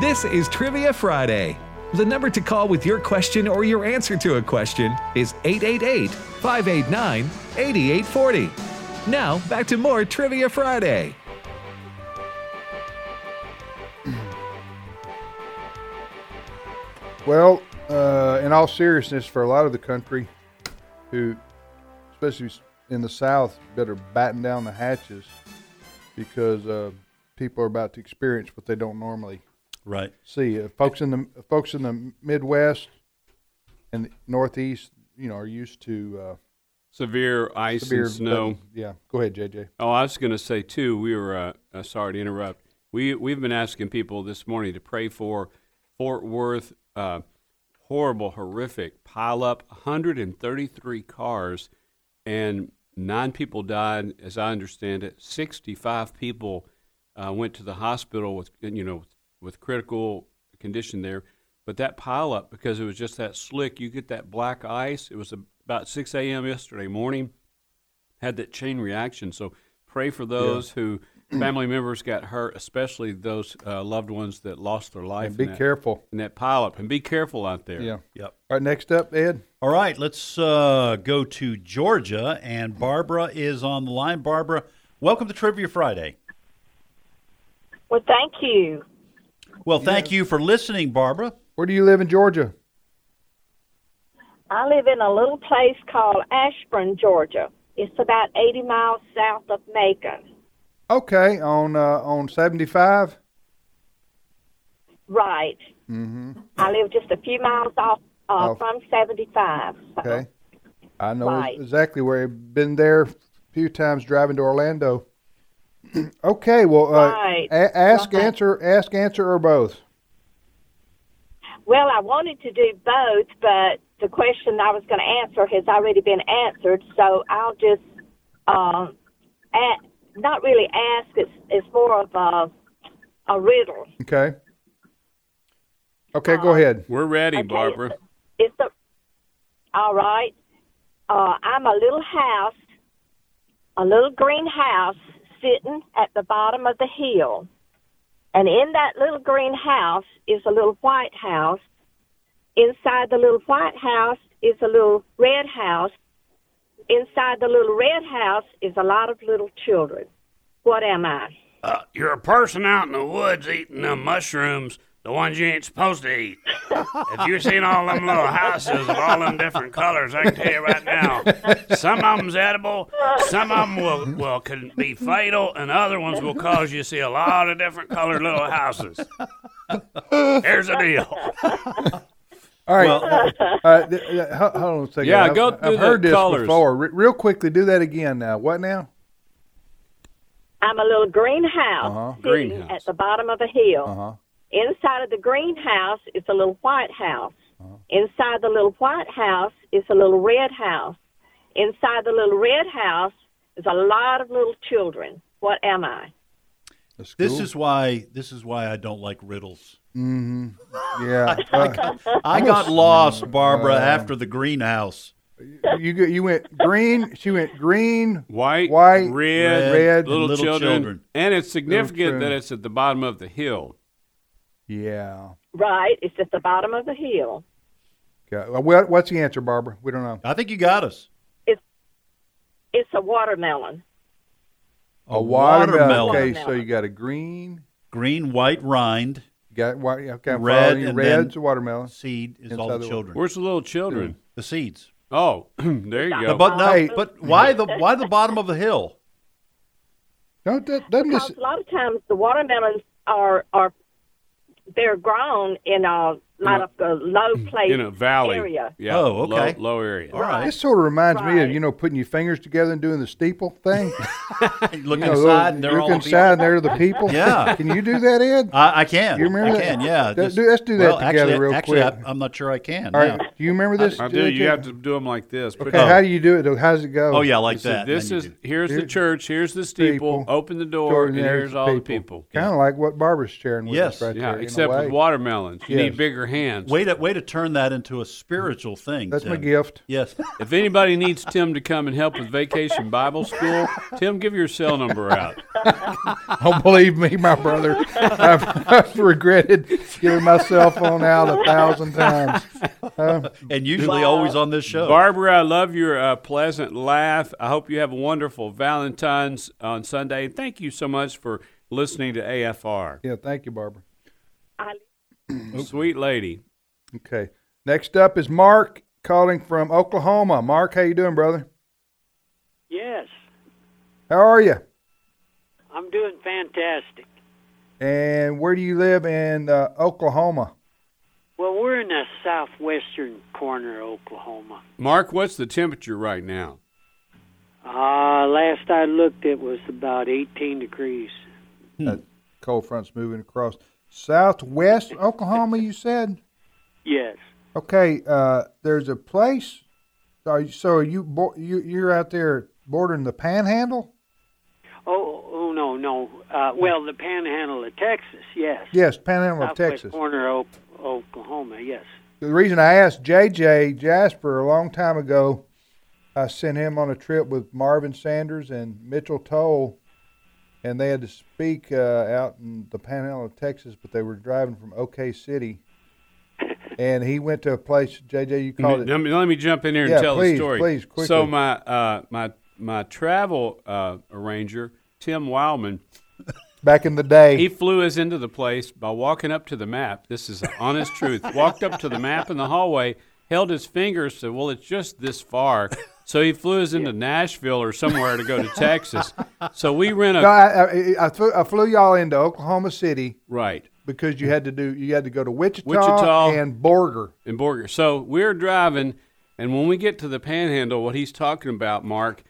This is Trivia Friday. The number to call with your question or your answer to a question is 888 589 8840. Now, back to more Trivia Friday. Well, uh, in all seriousness, for a lot of the country, who, especially in the South, better batten down the hatches because uh, people are about to experience what they don't normally Right. see. Uh, folks in the folks in the Midwest and the Northeast, you know, are used to uh, Severe ice severe and snow. Yeah, go ahead, JJ. Oh, I was going to say too. We were uh, uh, sorry to interrupt. We we've been asking people this morning to pray for Fort Worth uh, horrible, horrific pileup. 133 cars and nine people died, as I understand it. 65 people uh, went to the hospital with you know with critical condition there. But that pileup, because it was just that slick, you get that black ice. It was about 6 a.m. yesterday morning had that chain reaction. So pray for those who family members got hurt, especially those uh, loved ones that lost their life. And be in that, careful. in that pileup, and be careful out there. Yeah. Yep. All right, next up, Ed. All right, let's uh, go to Georgia, and Barbara is on the line. Barbara, welcome to Trivia Friday. Well, thank you. Well, thank you for listening, Barbara. Where do you live in Georgia? I live in a little place called Ashburn, Georgia. It's about 80 miles south of Macon. Okay, on uh, on seventy five. Right. Mm-hmm. I live just a few miles off uh, Oh. from 75. so- Okay, I know Uh-huh. Right. exactly where I've been there a few times driving to Orlando. okay, well, uh, Right. a- ask, Right. answer, ask, answer, or both. Well, I wanted to do both, but the question I was going to answer has already been answered, so I'll just um, a not really ask. It's, it's more of a, a riddle. Okay. Okay, Uh-huh. go ahead. We're ready, Okay, Barbara. It's the all right. Uh, I'm a little house, a little green house sitting at the bottom of the hill, and in that little green house is a little white house. Inside the little white house is a little red house. Inside the little red house is a lot of little children. What am I? Uh, you're a person out in the woods eating them mushrooms, the ones you ain't supposed to eat. if you've seen all them little houses of all them different colors, I can tell you right now, some of them's edible, some of them will, will can be fatal, and other ones will cause you to see a lot of different colored little houses. Here's the deal. All right. Well, uh, th- th- ho- hold on a second. Yeah, I've, go I've through the heard this colours. before. Re- real quickly, do that again now. What now? I'm a little greenhouse Uh-huh. sitting Greenhouse. at the bottom of a hill. Uh huh. Inside of the greenhouse is a little white house. Inside the little white house is a little red house. Inside the little red house is a lot of little children. What am I? this is why this is why I don't like riddles. Mm-hmm. Yeah. Uh, I got lost, Barbara, after the greenhouse. you go- you went green. She went green. White, White, red, red, little, little children. children. and it's significant that children. it's at the bottom of the hill. Yeah. Right, it's at the bottom of the hill. Okay. Well, What, what's the answer, Barbara? We don't know. I think you got us. It's a watermelon. A watermelon. watermelon. Okay, so Watermelon. you got a green. Green, white rind You got white. Okay, I'm Red following you. and then- Red's a watermelon. seed is Inside all the the- children. Where's the little children? the seeds. Oh, there you But go. but no, but why the why the bottom of the hill? No, that doesn't Because this. a lot of times the watermelons are are they're grown in a lot of uh, low place In a valley. area. Yeah. Oh, okay. Low, low area. All right. This sort of reminds me of Right. you know putting your fingers together and doing the steeple thing. Look You know, inside, and they're look all inside, and they're the people. Yeah. Can you do that, Ed? I, I can. You remember I that? can. Yeah. Th- do- let's do that well, together actually, real actually, quick. I, am not sure I can. All right. now. Do you remember this? I do. You have to do them like this. Put Okay. your- How do you do it? though? How does it go? Oh yeah, like So that. this Then is you do. here's the Here's- church. Here's the steeple. Steeple. Open the door, Door, and there's here's all the people. Kind of like what Barbara's sharing with us Yes. right Yeah, there. in a except way. with watermelons, you Yes. need bigger hands. Way to way to turn that into a spiritual thing. That's my Tim. gift. Yes. If anybody needs Tim to come and help with Vacation Bible School, Tim, give your cell number out. Don't believe me, my brother. I've, I've regretted giving my cell phone out a thousand times. and usually always on this show. Barbara, I love your uh, pleasant laugh. I hope you have a wonderful Valentine's on Sunday. And thank you so much for listening to AFR. Yeah, thank you, Barbara. Sweet lady. Okay. Next up is Mark calling from Oklahoma. Mark, how you doing, brother? Yes, How are you? I'm doing fantastic. And where do you live in uh, Oklahoma? Well, we're in the southwestern corner of Oklahoma. Mark, what's the temperature right now? Uh, last I looked, it was about 18 degrees. That cold front's moving across southwest Oklahoma. You said Yes. okay. Uh, there's a place. Are you, so are you bo- you you're out there bordering the Panhandle? Oh, oh no, no. Uh, well, the panhandle of Texas, yes. Yes, Panhandle of Southwest Texas. corner of O- Oklahoma, yes. The reason I asked JJ Jasper a long time ago, I sent him on a trip with Marvin Sanders and Mitchell Toll, and they had to speak uh, out in the Panhandle of Texas, but they were driving from OK City, and he went to a place. JJ, you called it. Let me, let me jump in here and Yeah, tell please, the story. please, quickly. So my uh, my my travel uh, arranger, Tim Wildman, back in the day. he flew us into the place by walking up to the map. This is the honest truth. Walked up to the map in the hallway, held his finger, said, "Well, it's just this far." So he flew us into Nashville or somewhere to go to Texas. So we rent a no, I, I, I, flew, I flew y'all into Oklahoma City right. because you had to do you had to go to Wichita, Wichita. and Borger. and Borger. So we're driving, and when we get to the Panhandle, what he's talking about, Mark,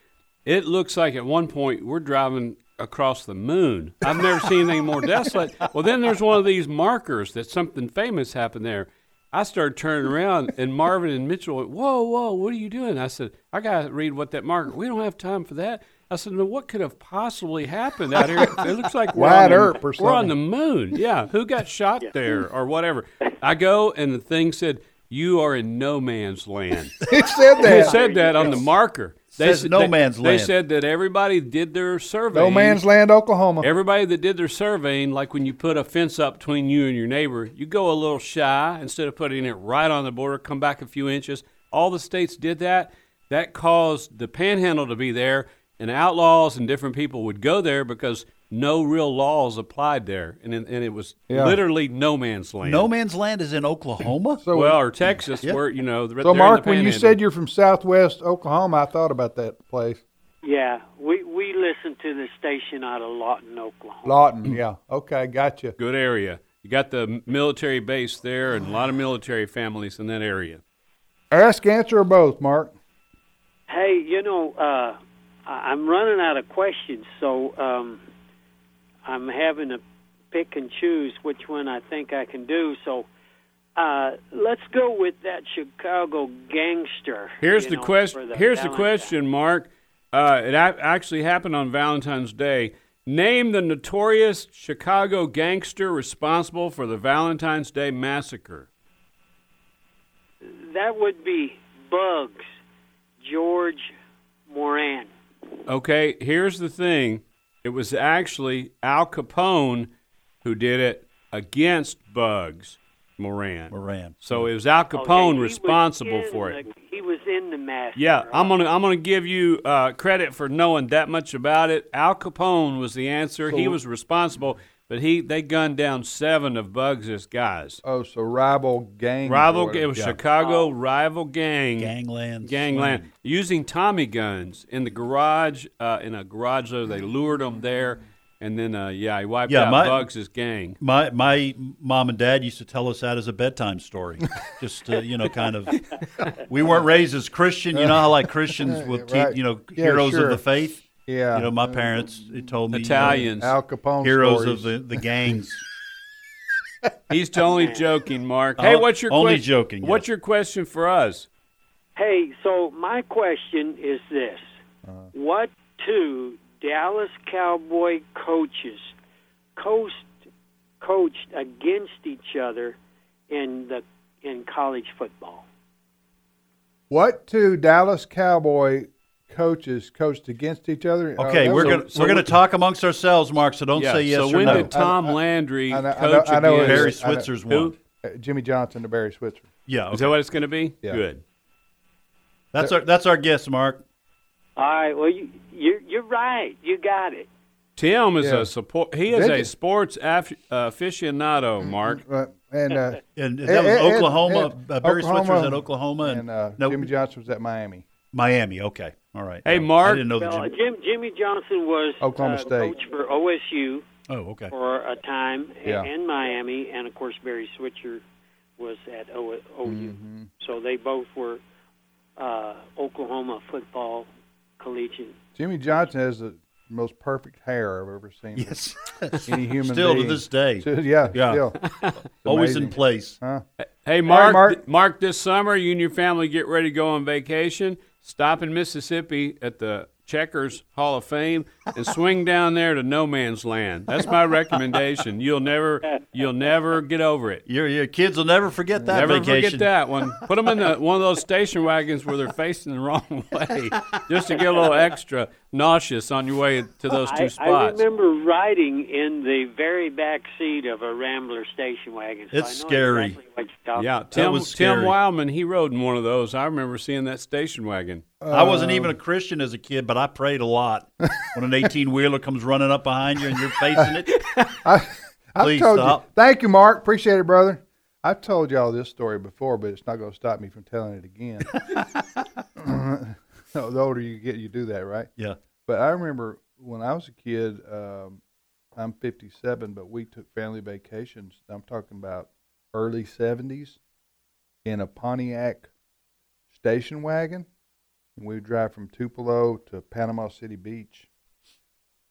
it looks like at one point we're driving across the moon. I've never seen anything more desolate. Well, then there's one of these markers that something famous happened there. I started turning around, and Marvin and Mitchell went, "Whoa, whoa, what are you doing?" I said, "I gotta read what that marker. We don't have time for that." I said, "No, what could have possibly happened out here? It looks like we're Wyatt on the- Earp or We're something. on the moon. Yeah, who got shot there or whatever. I go and the thing said, "You are in no man's land." He said They that. said that on the marker. They Says said- no they- man's They land. said that everybody did their survey. No man's land, Oklahoma. Everybody that did their surveying, like when you put a fence up between you and your neighbor, you go a little shy instead of putting it right on the border, come back a few inches. All the states did that. That caused the panhandle to be there, and outlaws and different people would go there because no real laws applied there. And, it- and it was Yeah. literally no man's land. No man's land is in Oklahoma. So- well, or Texas, where, you know, So, Mark, when you said you're from Southwest Oklahoma, I thought about that place, Yeah, we, we listen to the station out of Lawton, Oklahoma. Lawton. Mm-hmm. yeah. Okay, gotcha. good area. You got the military base there and a lot of military families in that area. Ask, answer, or both, Mark. Hey, you know, uh, I- I'm running out of questions, so um, I'm having to pick and choose which one I think I can do. So uh, let's go with that Chicago gangster. Here's you the know, for question. Here's the Valentine. question, Mark. Uh, it ac- actually happened on Valentine's Day. Name the notorious Chicago gangster responsible for the Valentine's Day massacre. That would be Bugs George Moran. Okay, here's the thing. It was actually Al Capone who did it against Bugs Moran. Moran. So it was Al Okay, Capone he was responsible in for it. the- he was in the mask. Yeah, I'm gonna I'm gonna give you uh, credit for knowing that much about it. Al Capone was the answer. he was responsible, but he they gunned down seven of Bugs' guys. Oh, so rival gang. Rival, gang. it was Chicago rival gang, Gangland. gangland, swing. using Tommy guns in the garage uh, in a garage. Though they lured them there, and then uh, yeah, he wiped Yeah, out my- Bugs' gang. My my mom and dad used to tell us that as a bedtime story. Just uh, you know, kind of. We weren't raised as Christian. You know how like Christians will teach Right. you know Yeah, heroes sure. of the faith. Yeah. You know, my parents they told me you know, Italians. Al Capone heroes stories. of the the gangs. Oh, He's totally joking, Mark. Hey, Uh, what's your only question? joking, yes. What's your question for us? Hey, so my question is this: Uh-huh. What two Dallas Cowboy coaches coached coached against each other in the in college football. What two Dallas Cowboy coaches coached against each other? Uh, Okay, that we're was- gonna we're gonna talk amongst ourselves, Mark. So don't Yeah, say yes so or when no. did Tom Landry I know- I know- coach I know it against is- Barry I know- Switzer's Who? one. Uh, Jimmy Johnson to Barry Switzer. Yeah, Is okay. that what it's going to be? Yeah. Good. that's our that's our guess, Mark. All right. Well, you, you you're right. You got it. Tim is Yeah. a support. He is Did a you- sports af- Mm-hmm. aficionado. Mark, Uh, and uh, And and- that was and- Oklahoma. and uh, Barry Oklahoma Switzer's at Oklahoma and, and uh, no, Jimmy Johnson was at Miami. Miami. Okay, all right. Hey, I- Mark. I didn't know the Well, Jimmy. Jim, Jimmy Johnson was Oklahoma uh, State. coach for OSU Oh, okay. for a time a- Yeah. and Miami, and of course Barry Switzer was at o- OU. So they both were uh, Oklahoma football collegiate. Jimmy Johnson has the most perfect hair I've ever seen. Yes, of Any human still to being. this day, yeah, Yeah. still. always in amazing. place. hey Mark, Mark. th- Mark, this summer you and your family get ready to go on vacation. Stop in Mississippi at the Checkers Hall of Fame and swing down there to no man's land. That's my recommendation. You'll never, you'll never get over it. Your your kids will never forget that Never vacation. forget that one. Put them in the, one of those station wagons where they're facing the wrong way, just to get a little extra nauseous on your way to those two I, spots. I remember riding in the very back seat of a Rambler station wagon. So It's I know scary. Exactly what you're talking Yeah, about. Tim, Uh, was Tim scary. Wildman, he rode in one of those. I remember seeing that station wagon. I wasn't Uh, even a Christian as a kid, but I prayed a lot. when an eighteen wheeler comes running up behind you and you're facing it, I Please told you. stop. Thank you, Mark. Appreciate it, brother. I've told y'all this story before, but it's not going to stop me from telling it again. No, the older you get, you do that, right? yeah. But I remember when I was a kid. Um, I'm 57, but we took family vacations. I'm talking about early 70s in a Pontiac station wagon, and we would drive from Tupelo to Panama City Beach.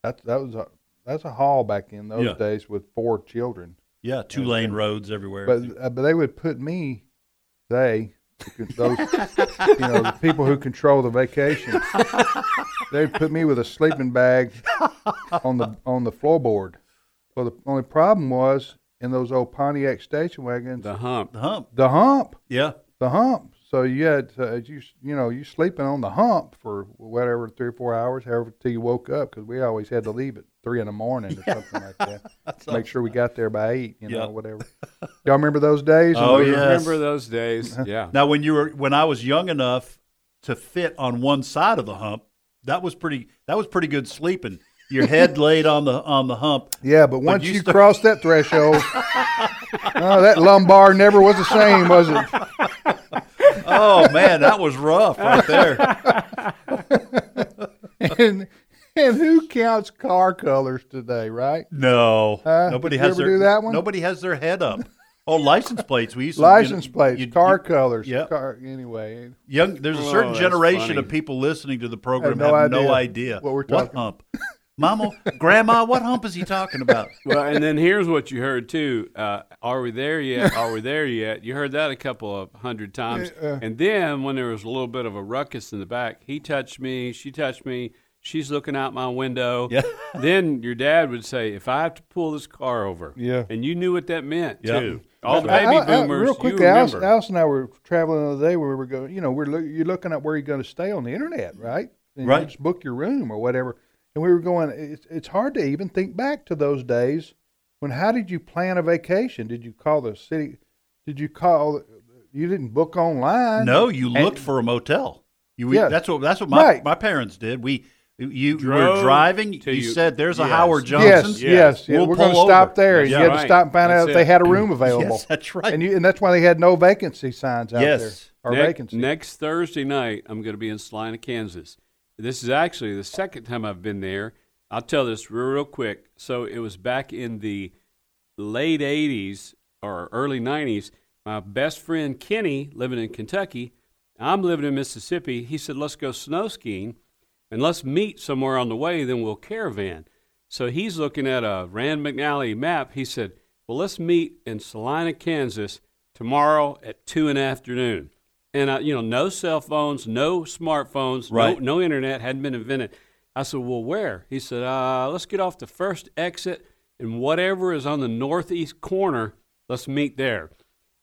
That that was a that's a haul back in those Yeah. days with four children. Yeah, two lane roads everywhere. But uh, but they would put me, they, those you know the people who control the vacation, they'd put me with a sleeping bag on the on the floorboard. Well, the only problem was in those old Pontiac station wagons, The hump. the hump. the hump, Yeah. the hump. So you had uh, you you know you sleeping on the hump for whatever three or four hours, however till you woke up, because we always had to leave at three in the morning or something like that. to Make sure we got there by eight, you Yeah. know, whatever. Y'all remember those days? Oh, You yes. Remember those days? Yeah. Now, when you were when I was young enough to fit on one side of the hump, that was pretty. That was pretty good sleeping. Your head laid on the on the hump. Yeah, but once you you, start- cross that threshold, oh, that lumbar never was the same, was it? Oh man, that was rough right there. And, and who counts car colors today, right? No, Huh? nobody Did you has ever their do that one? nobody has their head up. Oh, license plates. We used to, you know, License plates, you- car you- colors. Yep. Car, anyway, Young, there's a Oh, certain that's generation funny. of people listening to the program Have no have no idea idea what we're talking- hump. Mama, Grandma, what hump is he talking about? well, and then here's what you heard too. Uh, Are we there yet? Are we there yet? You heard that a couple of hundred times. And then when there was a little bit of a ruckus in the back, he touched me, she touched me, she's looking out my window. Yeah. Then your dad would say, "If I have to pull this car over," Yeah. and you knew what that meant Yeah. too. All the I- baby I- I- boomers, real you quickly, Alice, remember. Alice and I were traveling the other day where we were going. You know, we're look, you're looking at where you're going to stay on the internet, right? And you Right. just book your room or whatever. And we were going. It's, it's hard to even think back to those days when. How did you plan a vacation? Did you call the city? Did you call? You didn't book online. No, you And- looked for a motel. You, we, Yeah. that's what that's what my, Right. my parents did. We you Drove were driving. to You you- said there's a Yes. Howard Yes, yes, Johnson. yes. We'll We're going to pull stop over. there. and That's you had to right. stop and find out That's if they it. had a room available. that's right. And you, and that's why they had no vacancy signs out Yes. there or Nec- vacancy. Next Thursday night, I'm going to be in Salina, Kansas. This is actually the second time I've been there. I'll tell this real, real quick. So it was back in the late 80s or early 90s. My best friend Kenny living in Kentucky. I'm living in Mississippi. He said, let's go snow skiing and let's meet somewhere on the way, then we'll caravan. So he's looking at a Rand McNally map. He said, Well, let's meet in Salina, Kansas tomorrow at 2 in the afternoon. And, I, you know, no cell phones, no smartphones, Right. no, no internet, hadn't been invented. I said, Well, where? He said, uh, Let's get off the first exit and whatever is on the northeast corner, let's meet there.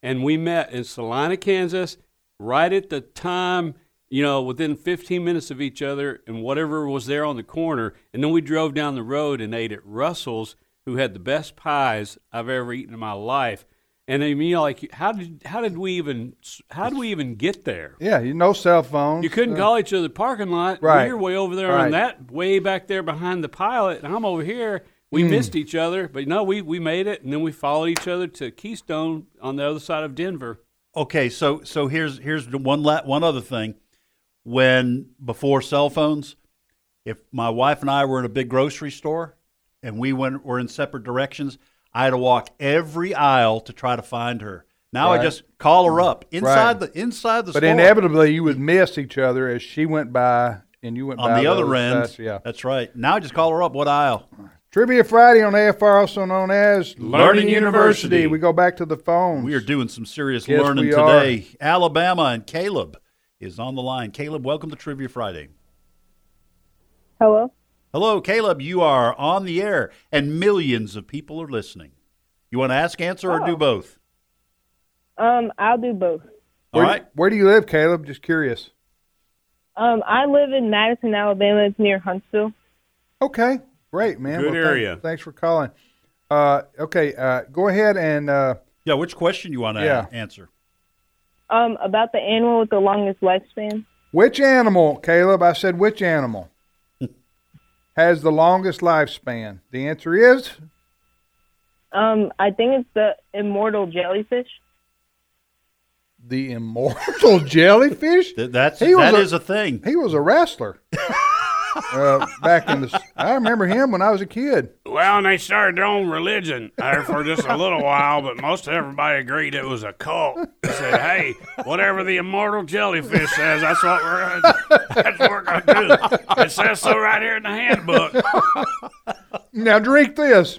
and we met in Salina, Kansas, right at the time, you know, within 15 minutes of each other and whatever was there on the corner. And then we drove down the road and ate at Russell's, who had the best pies I've ever eaten in my life. And I mean, like, how did how did we even how did we even get there? Yeah, you no cell phones. You couldn't uh, call each other parking lot. Right. You're way over there on Right. that, way back there behind the pilot, and I'm over here. We Mm. missed each other, but no, we, we made it, and then we followed each other to Keystone on the other side of Denver. Okay, so so here's here's the one la- one other thing. When before cell phones, if my wife and I were in a big grocery store and we went were in separate directions, I had to walk every aisle to try to find her. Now I Right. just call her up inside Right. the inside the But store inevitably, you would miss each other as she went by and you went on by the other those end. sides, yeah. That's right. Now I just call her up. What aisle? Trivia Friday on AFR, also known as Learning University. We go back to the phones. We are doing some serious Yes, learning we are. today. Alabama and Caleb is on the line. Caleb, welcome to Trivia Friday. Hello. Hello, Caleb. You are on the air, and millions of people are listening. You want to ask, answer, Oh. or do both? Um, I'll do both. All Where, right. where do you live, Caleb? Just curious. Um, I live in Madison, Alabama. It's near Huntsville. Okay, great, man. Good Well, thank- area. thanks for calling. Uh, okay, uh, go ahead and uh, Yeah, which question you want to Yeah. answer? Um, about the animal with the longest lifespan. which animal, Caleb? I said which animal has the longest lifespan? The answer is Um, I think it's the immortal jellyfish. the immortal jellyfish. Th- that's He was that a- is a thing. He was a wrestler. uh, back in the, I remember him when I was a kid. Well, and they started their own religion there for just a little while, but most everybody agreed it was a cult. They said, "Hey, whatever the immortal jellyfish says, that's what we're gonna, that's what we're gonna do." It says so right here in the handbook. Now drink this.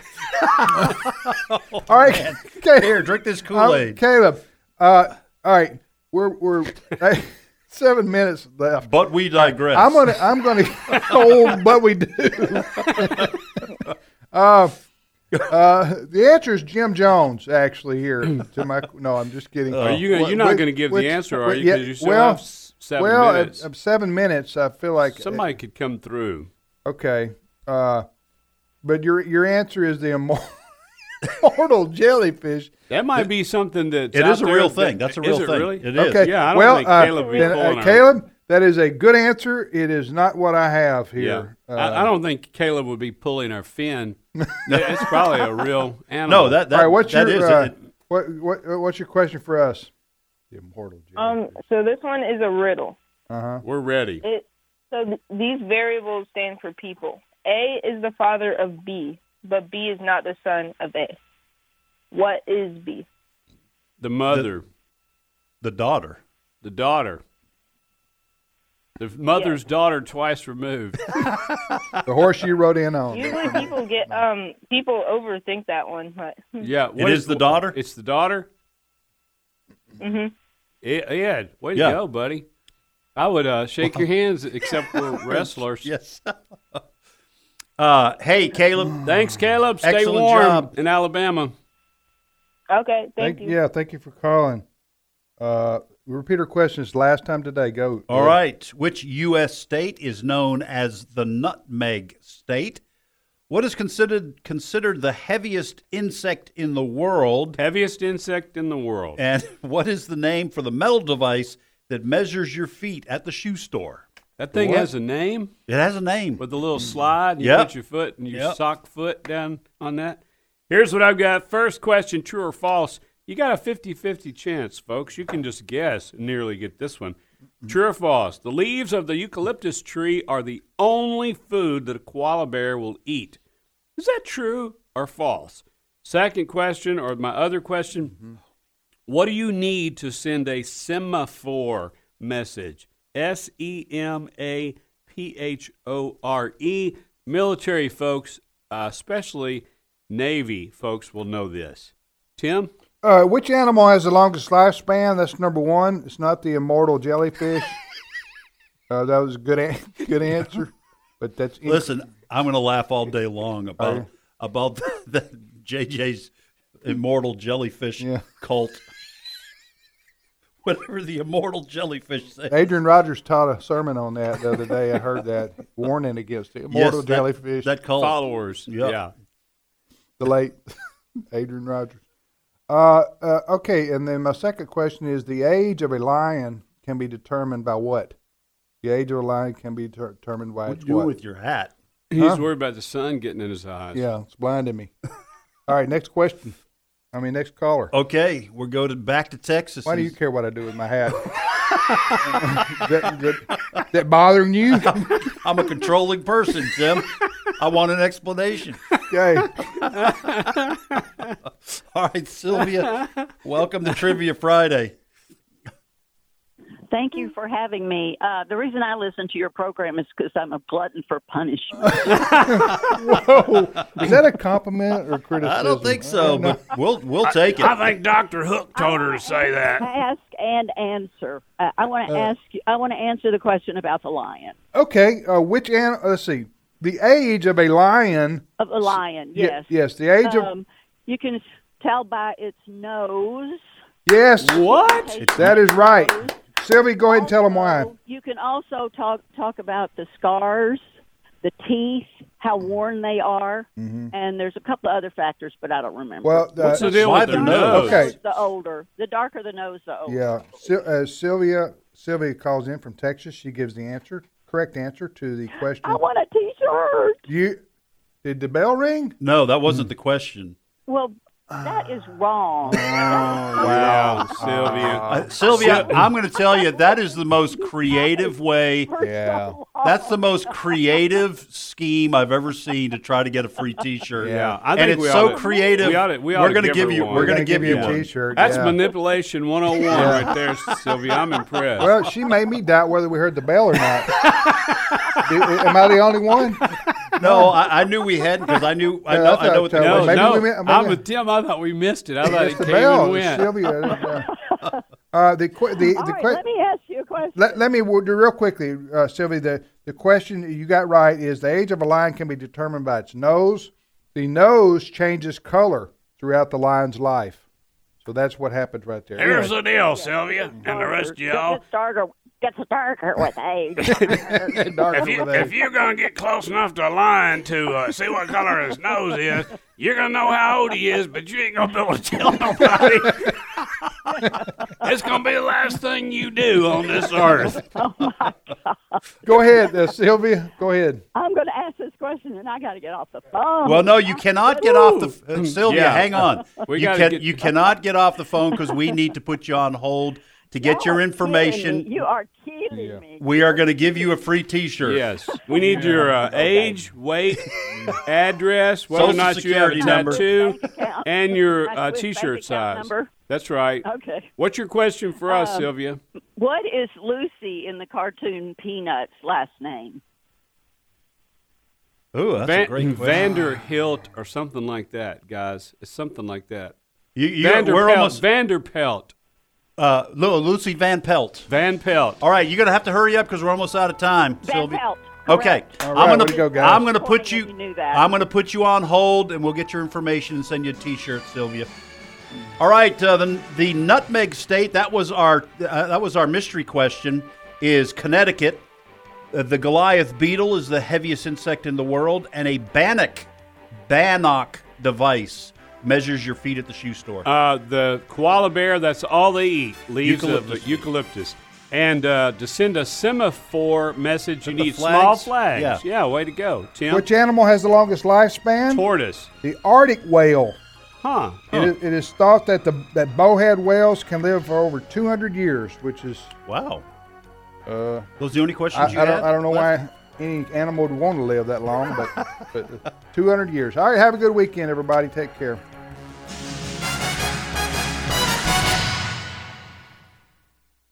All right, Caleb. Here, drink this I'm- Kool Aid. Caleb. Uh, all right, we're we're hey, seven minutes left. But we digress. I'm gonna I'm gonna hold, but we do. uh, uh, the answer is Jim Jones. Actually, here to my no, I'm just kidding. Are you gonna, Wh- you're not which- going to give which- the answer, are wh- you? yeah, Because you still well, have s- seven well, uh, at- minutes. at seven minutes. I feel like eh, Somebody could come through. Okay. Uh, but your your answer is the immor- immortal jellyfish. That might be something that's It out is a there real that- thing. That's a is real it thing. really? It is. Okay. Yeah, I don't well, think uh, Caleb would be then, pulling uh, out. Caleb, that is a good answer. It is not what I have here. Yeah. Uh, I, I don't think Caleb would be pulling our fin. it's probably a real animal. No, that that, all right. What's that your is uh, it. what, what uh, what's your question for us? The immortal Um, so this one is a riddle. We're ready. It so th- these variables stand for people. A is the father of B, but B is not the son of A. What is B? The mother, the daughter. the, daughter, the mother's daughter twice removed. the horse Um, you rode in on. Usually people get um people overthink that one, but Yeah, It is the daughter? It's the daughter. Mhm. Yeah, yeah, way to Yeah. go, buddy. I would uh, shake your hands, except we're wrestlers. Yes. uh, hey, Caleb. Thanks, Caleb. Stay Excellent warm job. in Alabama. okay, thank, Thank, you. Yeah, thank you for calling. Uh, repeat our questions last time today. Go. All right. Which U.S. state is known as the nutmeg state? What is considered considered the heaviest insect in the world? Heaviest insect in the world. And what is the name for the metal device that measures your feet at the shoe store? That thing What? has a name It has a name. with a little slide. And you Yep. put your foot and your Yep. sock foot down on that. Here's what I've got. First question true or false? You got a 50 50 chance, folks. You can just guess and nearly get this one. True or false? The leaves of the eucalyptus tree are the only food that a koala bear will eat. Is that true or false? Second question, or my other question what do you need to send a semaphore message? S E M A P H O R E. Military folks, uh, especially Navy folks, will know this. Tim? Uh, which animal has the longest lifespan? That's number one. It's not the immortal jellyfish. uh, that was a good an- good answer, but that's in- Listen, I'm going to laugh all day long about about the, the JJ's immortal jellyfish Yeah. cult. whatever the immortal jellyfish say. Adrian Rogers taught a sermon on that the other day. I heard that warning against the Yes, immortal that- jellyfish. That call. Followers. Yeah. Yeah. the late Adrian Rogers. Uh, uh, okay, and then my second question is: the age of a lion can be determined by what? The age of a lion can be ter- determined by What its do you do what? with your hat? He's Huh? worried about the sun getting in his eyes. yeah, it's blinding me. All right, next question. I mean, next caller. Okay, we're going to, back to Texas. Why do you care what I do with my hat? that, that, that bothering you? I'm a controlling person, Tim. I want an explanation. Okay. All right, Sylvia, welcome to Trivia Friday. Thank Mm. you for having me. Uh, the reason I listen to your program is because I'm a glutton for punishment. Whoa. Is that a compliment or criticism? I don't think so, don't know. but we'll we'll take it. I think Dr. Hook told her to say that. ask and answer. Uh, I want to ask you. I want to answer the question about the lion Okay, uh, which an? Let's see. The age of a lion. of a lion. Ye- Yes. yes. The age of Um, you can tell by its nose. yes. What? That is right. Sylvie, go ahead and tell them why. Also, You can also talk talk about the scars, the teeth, how Mm-hmm. worn they are, and there's a couple of other factors, but I don't remember. Well, uh, What's the deal why with the their nose? nose? Okay. the older, the darker the nose, the older. yeah, Syl- uh, Sylvia. Sylvia calls in from Texas. She gives the answer, correct answer to the question. I want a T-shirt. you did the bell ring? No, that wasn't the question. Well, that is wrong. Wow, Sylvia. Oh, Uh, Sylvia, I'm going to tell you that is the most creative way. First of Yeah. all, That's the most creative scheme I've ever seen to try to get a free T-shirt. Yeah, I and think it's we so oughta- creative. we oughta- we are oughta going to give give her you. one. We're We're going to gonna give give you you a one. T-shirt. That's yeah. manipulation 101 right there, Sylvia. I'm impressed. Well, she made me doubt whether we heard the bell or not. Do- am I the only one? No, I, I knew we hadn't because I knew. I Yeah, know. that's I know what the how it no, well, maybe no. we meant- maybe- I'm with Tim. I thought we missed it. I thought It's it the came bell. and It's went. Sylvia. Yeah. Uh, the que- the, all the right, que- let me ask you a question. Let, let me we'll do real quickly, uh, Sylvie. The, the question you got right is the age of a lion can be determined by its nose. The nose changes color throughout the lion's life. So that's what happens right there. Here's Anyway, the deal, Sylvia, and the rest of y'all. Gets darker, gets darker with age. dark If, over you, there. if you're going to get close enough to a lion to uh, see what color his nose is, you're going to know how old he is, but you ain't going to be able to tell nobody. it's going to be the last thing you do on this earth. Go ahead, uh, Sylvia. Go ahead. I'm going to ask this question, and I got to get off the phone. Well, no, you cannot get off the uh, Sylvia. Yeah. Hang on, We you, gotta can, get- you cannot get off the phone because we need to put you on hold to get your You're information. killing me. You are killing me. We are going to give you a free T-shirt. Yes, we need your uh, age, weight, address, whether Social or not you have a Security number. tattoo, Bank account. and your My uh, Swiss bank t-shirt account size. number. That's right. Okay. Um, What's your question for us, Sylvia? What is Lucy in the cartoon Peanuts' last name? Ooh, that's a Van- great question. Vanderhilt or something like that, guys. It's something like that. You, you, we're Vanderpelt. almost Vanderpelt. uh, Lu- Lucy Van Pelt. Van Pelt. All right, you're going to have to hurry up because we're almost out of time, Van Sylvia. Pelt, Okay, correct. All right, I'm way gonna to go, guys. I'm gonna put You you knew that. I'm gonna put you on hold, and we'll get your information and send you a T-shirt, Sylvia. All right, uh, the the Nutmeg State that was our uh, that was our mystery question is Connecticut. Uh, the Goliath beetle is the heaviest insect in the world, and a Bannock Bannock device measures your feet at the shoe store. Uh, the koala bear, that's all they eat. Leaves Eucalyptus. of eucalyptus. And uh, to send a semaphore message, you The need flags? small flags. Yeah. Yeah. way to go, Tim. Which animal has the longest lifespan? Tortoise. the Arctic whale. Huh. It is, it is thought that the that bowhead whales can live for over 200 years, which is wow, uh, those are the only I, questions you I had don't I don't know left? why any animal would want to live that long, but, but 200 years. All right, have a good weekend, everybody. Take care.